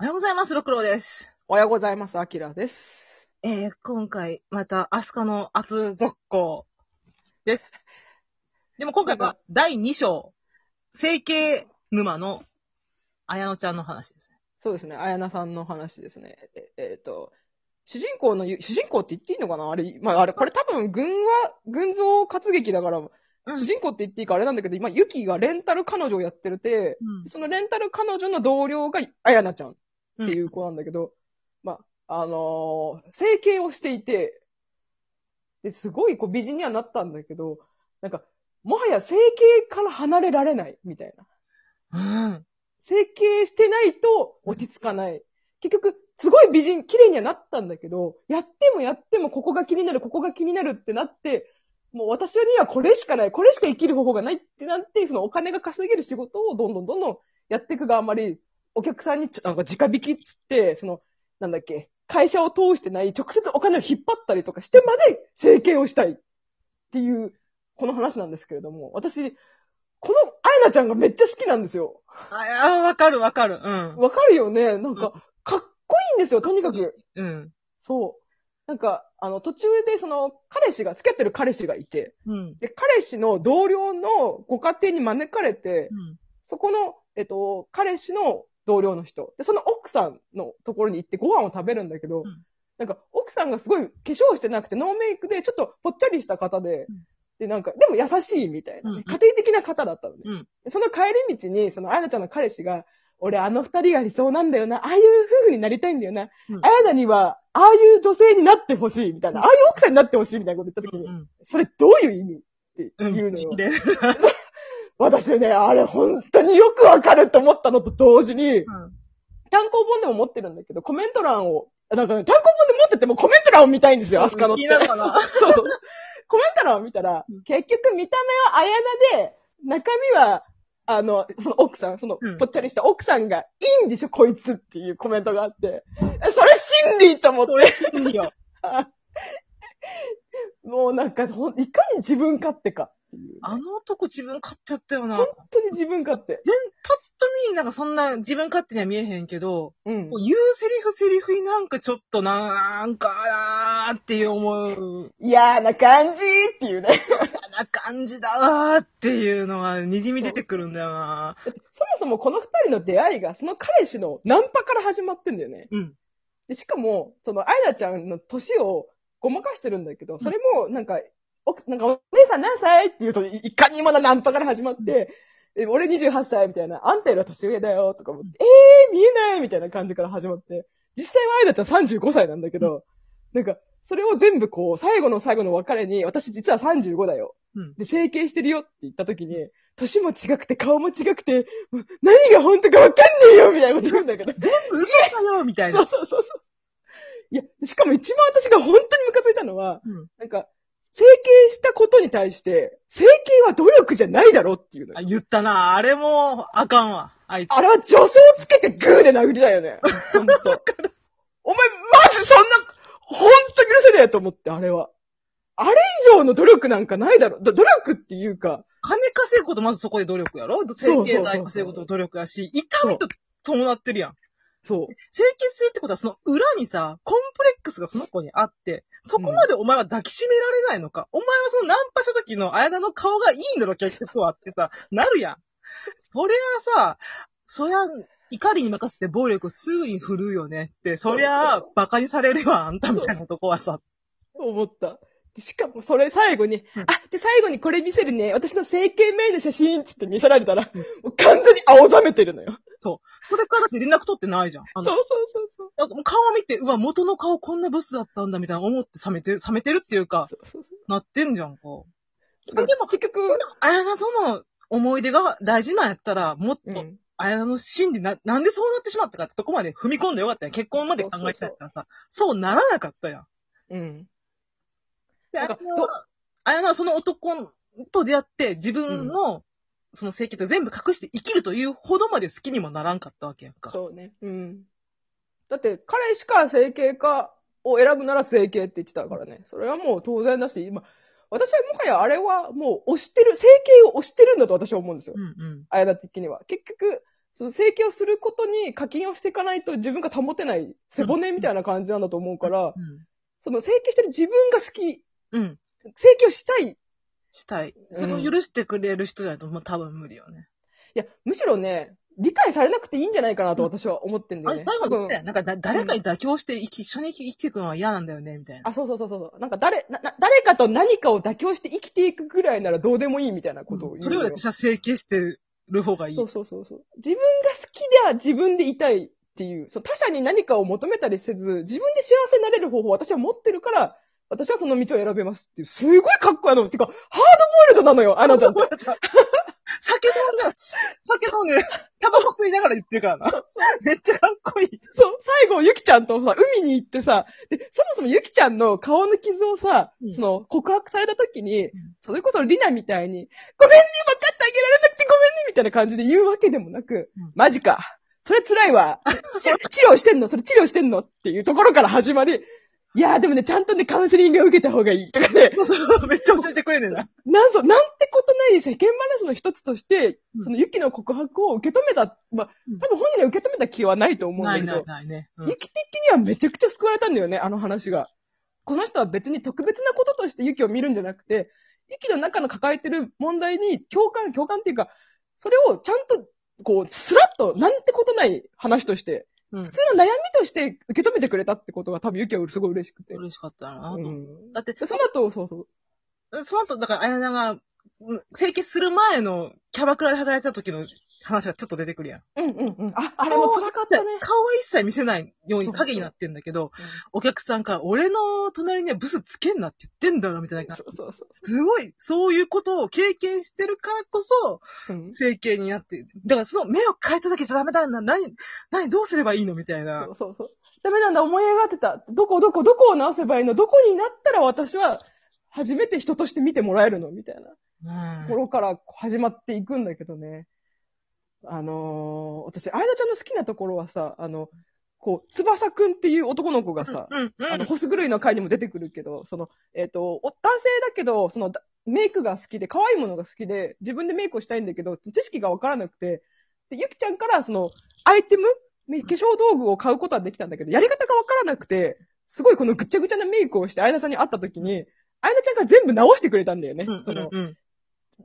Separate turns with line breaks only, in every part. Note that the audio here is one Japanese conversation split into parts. おはようございます、六郎です。
おはようございます、あきらです。
えー、今回、また、アスカの圧続行です。でも今回は、第2章、整形沼の、綾乃ちゃんの話ですね。
そうですね、あやなさんの話ですね。ええっと、主人公のゆ、主人公って言っていいのかなあれ、まあ、あれ、これ多分、軍は、軍像活劇だから、主人公って言っていいかあれなんだけど、今、ユキがレンタル彼女をやってるて、そのレンタル彼女の同僚が、あやなちゃんっていう子なんだけど、まあ、あのー整形をしていて、で、すごいこう美人にはなったんだけど、なんか、もはや整形から離れられない、みたいな。
うん。うん。
整形してないと落ち着かない。結局、すごい美人、綺麗にはなったんだけど、やってもやってもここが気になる、ここが気になるってなって、もう私にはこれしかない、これしか生きる方法がないってなって、そのお金が稼げる仕事をどんどんどんどんやっていくがあまり、お客さんにちょなんか直引きっつって、その、なんだっけ、会社を通してない、直接お金を引っ張ったりとかしてまで整形をしたいっていう、この話なんですけれども、私、このあやなちゃんがめっちゃ好きなんですよ。
ああ、わかるわかる。うん。
わかるよね。なんか、かっこいいんですよ、とにかく。
うん。
そう。なんか、あの、途中で、その、彼氏が、付き合ってる彼氏がいて、
うん。
で、彼氏の同僚のご家庭に招かれて、そこの、えっと、彼氏の同僚の人、で、その奥さんのところに行ってご飯を食べるんだけ
う
ど、
ん
なんか、奥さんがすごい化粧してなくて、ノーメイクで、ちょっとぽっちゃりした方で、
うん
で、なんか、でも優しいみたい
う
なね、
んうん
家庭的な方だったのね。
うん
でその帰り道に、その、あやなちゃんの彼氏が、俺、あの二人が理想なんだよな。ああいう夫婦になりたいんだよな。
うん
あやなには、ああいう女性になってほしい、みたいな。ああいう奥さんになってほしい、みたいなこと言った時に、
うん。
それどういう意味って
う
言
ん。
うの
ち
よ
ぎ。れ
私ね、あれ本当によくわかるって思ったのと同時に、単行本でも持ってるんだけど、コメント欄を、なんかね、単行本で持っててもコメント欄を見たいんですよ、アスカのって。
気になるかな
そうそう。コメント欄を見たら
うん、
結局見た目は綾菜で、中身は、あの、その奥さん、その
うん、
ぽっちゃりした奥さんが、いいんでしょ、こいつっていうコメントがあって、えそれ真理と思って、
うん。いいよ。
もうなんか、ほんいかに自分勝手かっていう。
あの男自分勝手やったよな。パッ
本当に自分勝手。
と見、なんかそんな自分勝手には見えへんけど、
うん
もう。言うセリフセリフになんかちょっとなんかなーっていう思う、
嫌な感じっていうね。
嫌な感じだわーっていうのが滲み出てくるんだよな
そもそもこの二人の出会いが、その彼氏のナンパから始まってんだよね。
うん。
で、しかも、その、アイナちゃんの歳をごまかしてるんだけど、それも、なんか、お、なんか、お姉さん何歳っていうと、いいかにもなナンパから始まって、え俺28歳みたいな、あんたよりは年上だよ、とか思って、えー、見えないみたいな感じから始まって、実際はアイナちゃん35歳なんだけど、なんか、それを全部こう、最後の最後の別れに、私実は35だよ。
うん
で、整形してるよって言った時に、年も違くて顔も違くて、う何が本当かわかんねえよみたいなこと言うんだけど。
嘘だよみたい
そ
な
う。そうそうそう。いや、しかも一番私が本当にムカついたのは、
うん
なんか、整形したことに対して、整形は努力じゃないだろっていうの
あ
よ。
言ったなあれもあかんわ。あいつ。
あれは助走つけてグーで殴りだよね。ほんと。 お前、マジそんな、本当に許せねえと思って、あれは。あれ以上の努力なんかないだろ。ど努力っていうか、
金稼ぐことまずそこで努力やろ整形代稼ぐことも努力やし、痛みと伴ってるやん。
そう。
整形するってことはその裏にさ、コンプレックスがその子にあって、そこまでお前は抱きしめられないのか、お前はそのナンパした時の綾田の顔がいいんだろ、結局はってさ、なるやん。そりゃさ、そりゃ、怒りに任せて暴力すぐに振るうよねって、そりゃあ、馬鹿にされるわ、あんたみたいなとこはさ。
思った。でしかも、それ最後に、
うん
あ、じゃあ最後にこれ見せるね。私の整形前の写真っつって見せられたら、もう完全に青ざめてるのよ。
それからだって連絡取ってないじゃん。あ
そう
の
そうそうそう。
なんかもう顔を見て、うわ、元の顔こんなブスだったんだみたいな思って冷めてる、冷めてるっていうか、
そうそうそう。
なってんじゃんか。
そ
それでも
結局、
綾菜との思い出が大事なんやったら、もっ
う
と
ん
綾菜の心理な、なんでそうなってしまったかってとこまで踏み込んでよかったやん。結婚まで考えてたやったらさ、そうならなかったやん。
うん。
で、綾
なんか
菜は、綾菜はその男と出会って自分の、その性形と全部隠して生きるというほどまで好きにもならんかったわけやんか。
そうね。うん。だって、彼しか整形かを選ぶなら整形って言ってたからね。それはもう当然だし、今、私はもはやあれはもう押してる、整形を押してるんだと私は思うんですよ。
うんうん。
あやだ的には。結局、その整形をすることに課金をしていかないと自分が保てない背骨みたいな感じなんだと思うから、その整形してる自分が好き、
うん。うん。
整形をしたい。い
したい。それを許してくれる人じゃないと、もう多分無理よね。
や、むしろね、理解されなくていいんじゃないかなと私は思ってんだ
あ
よ
れ、
ね。
最後に言っ
多分
たやんなんかだ、誰かに妥協して生き、一緒に生きていくのは嫌なんだよね、みたいな。
あ、そうそうそうそう。なんか誰、な、な誰かと何かを妥協して生きていくぐらいならどうでもいいみたいなことを言う、
それより私は整形してる方がいい
そ。うそうそうそう。自分が好きでは自分でいたいっていう、そう他者に何かを求めたりせず、自分で幸せになれる方法を私は持ってるから、私はその道を選べますっていう、すごいかっこいいの。てか、ハードボイルドなのよ、あなちゃん って。
酒飲んだ、酒飲んで、タバコ吸いながら言ってるからな。めっちゃかっこいい。
そう、最後、ゆきちゃんとさ、海に行ってさ、で、そもそもゆきちゃんの顔の傷をさ、
うん
その、告白された時に、
ん
それこそリナみたいに、ごめんね、分かってあげられなくてごめんね、みたいな感じで言うわけでもなく、
うん
マジか。それ辛いわ。ち治療してんのそれ治療してんのっていうところから始まり、いやーでもね、ちゃんとね、カウンセリングを受けた方がいい。とかね、
めっちゃ教えてくれねえな。
なんぞ、なんてことない世間話の一つとして
う、ん
そのユキの告白を受け止めた、まあ
うん、
多分本人が受け止めた気はないと思うん
な
だけ
い
ど、
ないないね。うん
ユキ的にはめちゃくちゃ救われたんだよね、あの話が。この人は別に特別なこととしてユキを見るんじゃなくて、ユキの中の抱えてる問題に共感、共感っていうか、それをちゃんと、こう、スラッと、なんてことない話として、
うん
普。通の悩みとして受け止めてくれたってことが多分ユキはすごい嬉しくて。
嬉しかったな。
うん
だって、
でその後、そうそう。
その後、だから、あやなが、うん整形する前のキャバクラで働いてた時の話がちょっと出てくるやん。
うんうんうん。あ、あれも辛かったね。
顔は一切見せないように
そう
影になってんだけど
うん、
お客さんから、俺の隣にはブスつけんなって言ってんだろ、みたいな。
そうそうそ
すごい、そういうことを経験してるからこそ、
う。うん
整形になって、だからその目を変えただけじゃダメだな、何、何、どうすればいいのみたいな
そ。うそうそう。ダメなんだ、思い描いてた。どこどこどこを直せばいいのどこになったら私は初めて人として見てもらえるのみたいな
うん
ところから始まっていくんだけどね。あのー、私、あやなちゃんの好きなところはさ、あの、こう、翼くんっていう男の子がさ、
うん、う
あの、
ん。
ホス狂いの回にも出てくるけど、その、えっ、と、お男性だけど、その、だメイクが好きで、可愛いものが好きで、自分でメイクをしたいんだけど、知識がわからなくて、で、ゆきちゃんから、その、アイテムね化粧道具を買うことはできたんだけど、やり方がわからなくて、すごいこのぐっちゃぐちゃなメイクをして、あやなさんに会った時に、あやなちゃんが全部直してくれたんだよね。
うん
その、
うんうん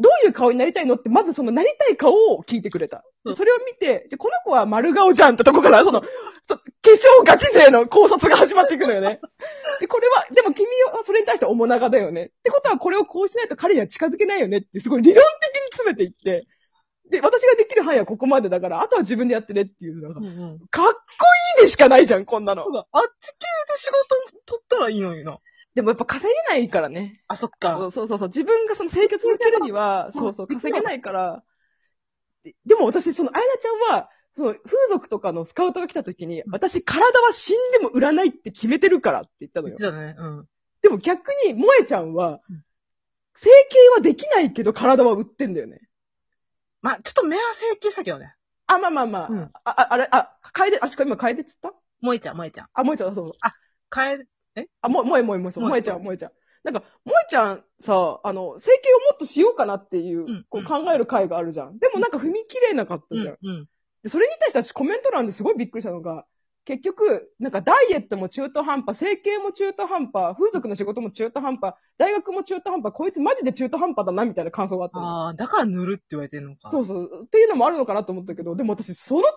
どういう顔になりたいのって、まずそのなりたい顔を聞いてくれた。
うん
でそれを見て、じゃこの子は丸顔じゃんってとこから、その、 そ化粧ガチ勢の考察が始まっていくのよ ね。で、これは、でも君はそれに対して面長だよね。ってことはこれをこうしないと彼には近づけないよねって、すごい理論的に詰めていって、で、私ができる範囲はここまでだから、あとは自分でやってねっていう、なんか
う、んうん。
かっこいいでしかないじゃん、こんなの
そう。だあっち系で仕事取ったらいいのにな。
でもやっぱ稼げないからね。
あ、そっ
そ
か。
うそうそうそう。自分がその生活を続けるには、
そう
そうそう、稼げないから。ででも私、その、あやなちゃんは、その、風俗とかのスカウトが来た時に、私、体は死んでも売らないって決めてるからって言ったの
言っ
よ
て。たね。うん。
でも逆に、萌えちゃんは
うん、
整形はできないけど、体は売ってんだよね。
まあ、ちょっと目は整形したけどね。
あ、まあまあまあ。
うん
あ、ああれ、あ、楓、あ、しか今楓っつった
萌えちゃん、萌えちゃん。
あ、萌えちゃん、そうそう。
変え、
あ、も、もえもえもえ、そう、も
萌
え
え、
ちゃん、もえちゃん。なんか、もえちゃんさ、あの、整形をもっとしようかなっていううんこう
うん
考える回があるじゃん。でもなんか踏み切れなかった
う
じゃん
ん。。うん。
でそれに対して私コメント欄ですごいびっくりしたのが、結局、なんかダイエットも中途半端、整形も中途半端、風俗の仕事も中途半端、大学も中途半端、こいつマジで中途半端だなみたいな感想があったの。
ああ、だから塗るって言われてんのか。。
そううそう。っていうのもあるのかなと思ったけど、でも私、その考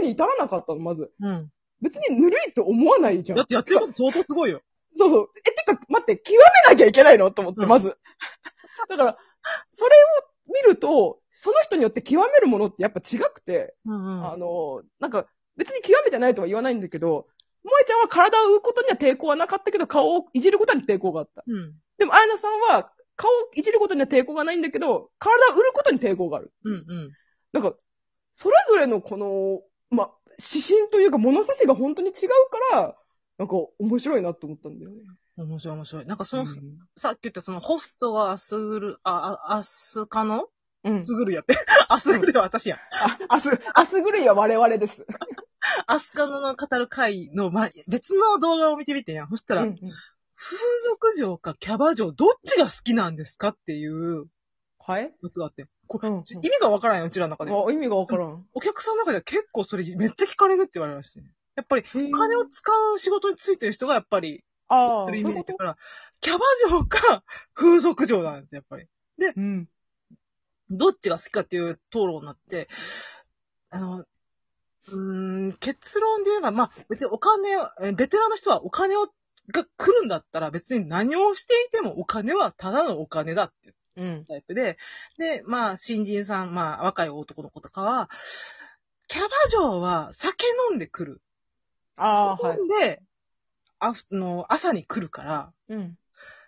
えに至らなかったの、まず。
うん。
別にぬるいと思わないじゃん。
だってやってること相当すごいよ。
そうそう。え、てか、待って、極めなきゃいけないのと思って、
うん
まず。 だから、それを見ると、その人によって極めるものってやっぱ違くて、
うんう
あの、なんか、別に極めてないとは言わないんだけど、萌えちゃんは体を売ることには抵抗はなかったけど、顔をいじることに抵抗があった。
うん。
でも、あやなさんは、顔をいじることには抵抗がないんだけど、体を売ることに抵抗がある。
うんうん。
なんか、それぞれのこの、ま、指針というか物差しが本当に違うから、なんか面白いなと思ったんだよね。
面白い面白い。なんかその、
うん
さっき言ったそのホストがアスグル、あ、あアスカの
うん
ア。スグルやって。 アスグルは私やん。
あ、明日、明日ぐらいは我々です。
アスカの語る回の、ま、別の動画を見てみてやん。そしたら、
うんうん
風俗嬢かキャバ嬢、どっちが好きなんですかっていう
はい
夏があって。こ
うんうん
ち意味がわからんよ、うちらの中で。
あ、意味がわからん。
お客さんの中では結構それめっちゃ聞かれるって言われるらしいね。やっぱり、
お
お金を使う仕事についてる人がやっぱり、
ああ、
そ
そうう
い
いう
イメー
う
ジだ
こ
から、キャバ嬢か風俗嬢なんですやっぱり。
とうん。
どっちが好きかっていう討論になって、あの、うーん、結論で言えば、まあ、別にお金を、えベテランの人はお金を、が来るんだったら別に何をしていてもお金はただのお金だっていう
うん。
タイプで、で、まあ、新人さん、まあ、若い男の子とかは、キャバ嬢は酒飲んでくる。
ああ、はい
飲。んで、あふの朝に来るから、
うん。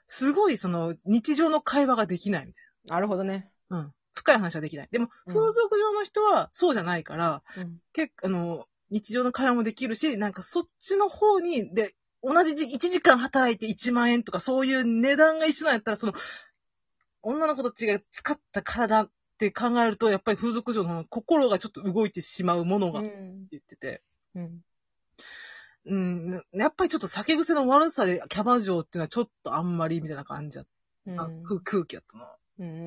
すごいその日常の会話ができないみたい
なるほどね。
な。うん。深い話はできない。でも、
うん
風俗上の人はそうじゃないから、
うん。
結構、あの、日常の会話もできるし、なんかそっちの方に、で、同じ1時間働いて1万円とかそういう値段が一緒なんやったら、その、女の子たちが使った体って考えると、やっぱり風俗上の心がちょっと動いてしまうものが、
う
って
ん
言ってて。
うん。
うん、なやっぱりちょっと酒癖の悪さでキャバ嬢っていうのはちょっとあんまりみたいな感じだ
う
った、
ん
空空気だったな。
うん。
う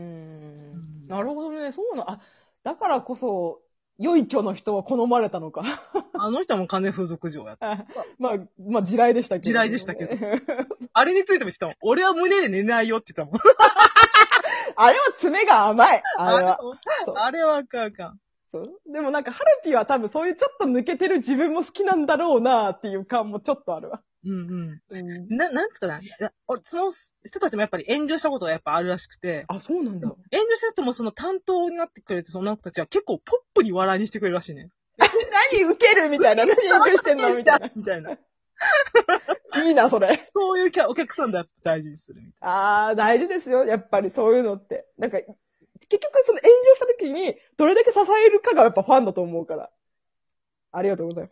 ん
なるほどね。そうな、あ、だからこそ、よいちょの人は好まれたのか。
あの人はもう完全風俗嬢やった。
まあ、まあ、地雷でしたけど。
地雷でした けど。
あ
あれについても言ってたもん。俺は胸で寝ないよって言ってたもん。
れは爪が甘い。あれは。そう
あれはあかんあかん。
そう。でもなんか、ハルピは多分そういうちょっと抜けてる自分も好きなんだろうなっていう感もちょっとあるわ。
うん
うん
う。ん。な、なんつうかな。いや俺その人たちもやっぱり炎上したことがやっぱあるらしくて、
あ、そうなんだ。
炎上した人もその担当になってくれて、その女の子たちは結構ポップに笑いにしてくれるらしいね。
何受けるみたいな。何影響してんの みたいな。
みたいな。
いいな、それ。
そういうキャお客さんだ大事にするみたい
あー、大事ですよ。やっぱりそういうのって。なんか、結局その炎上した時に、どれだけ支えるかがやっぱファンだと思うから。ありがとうございます。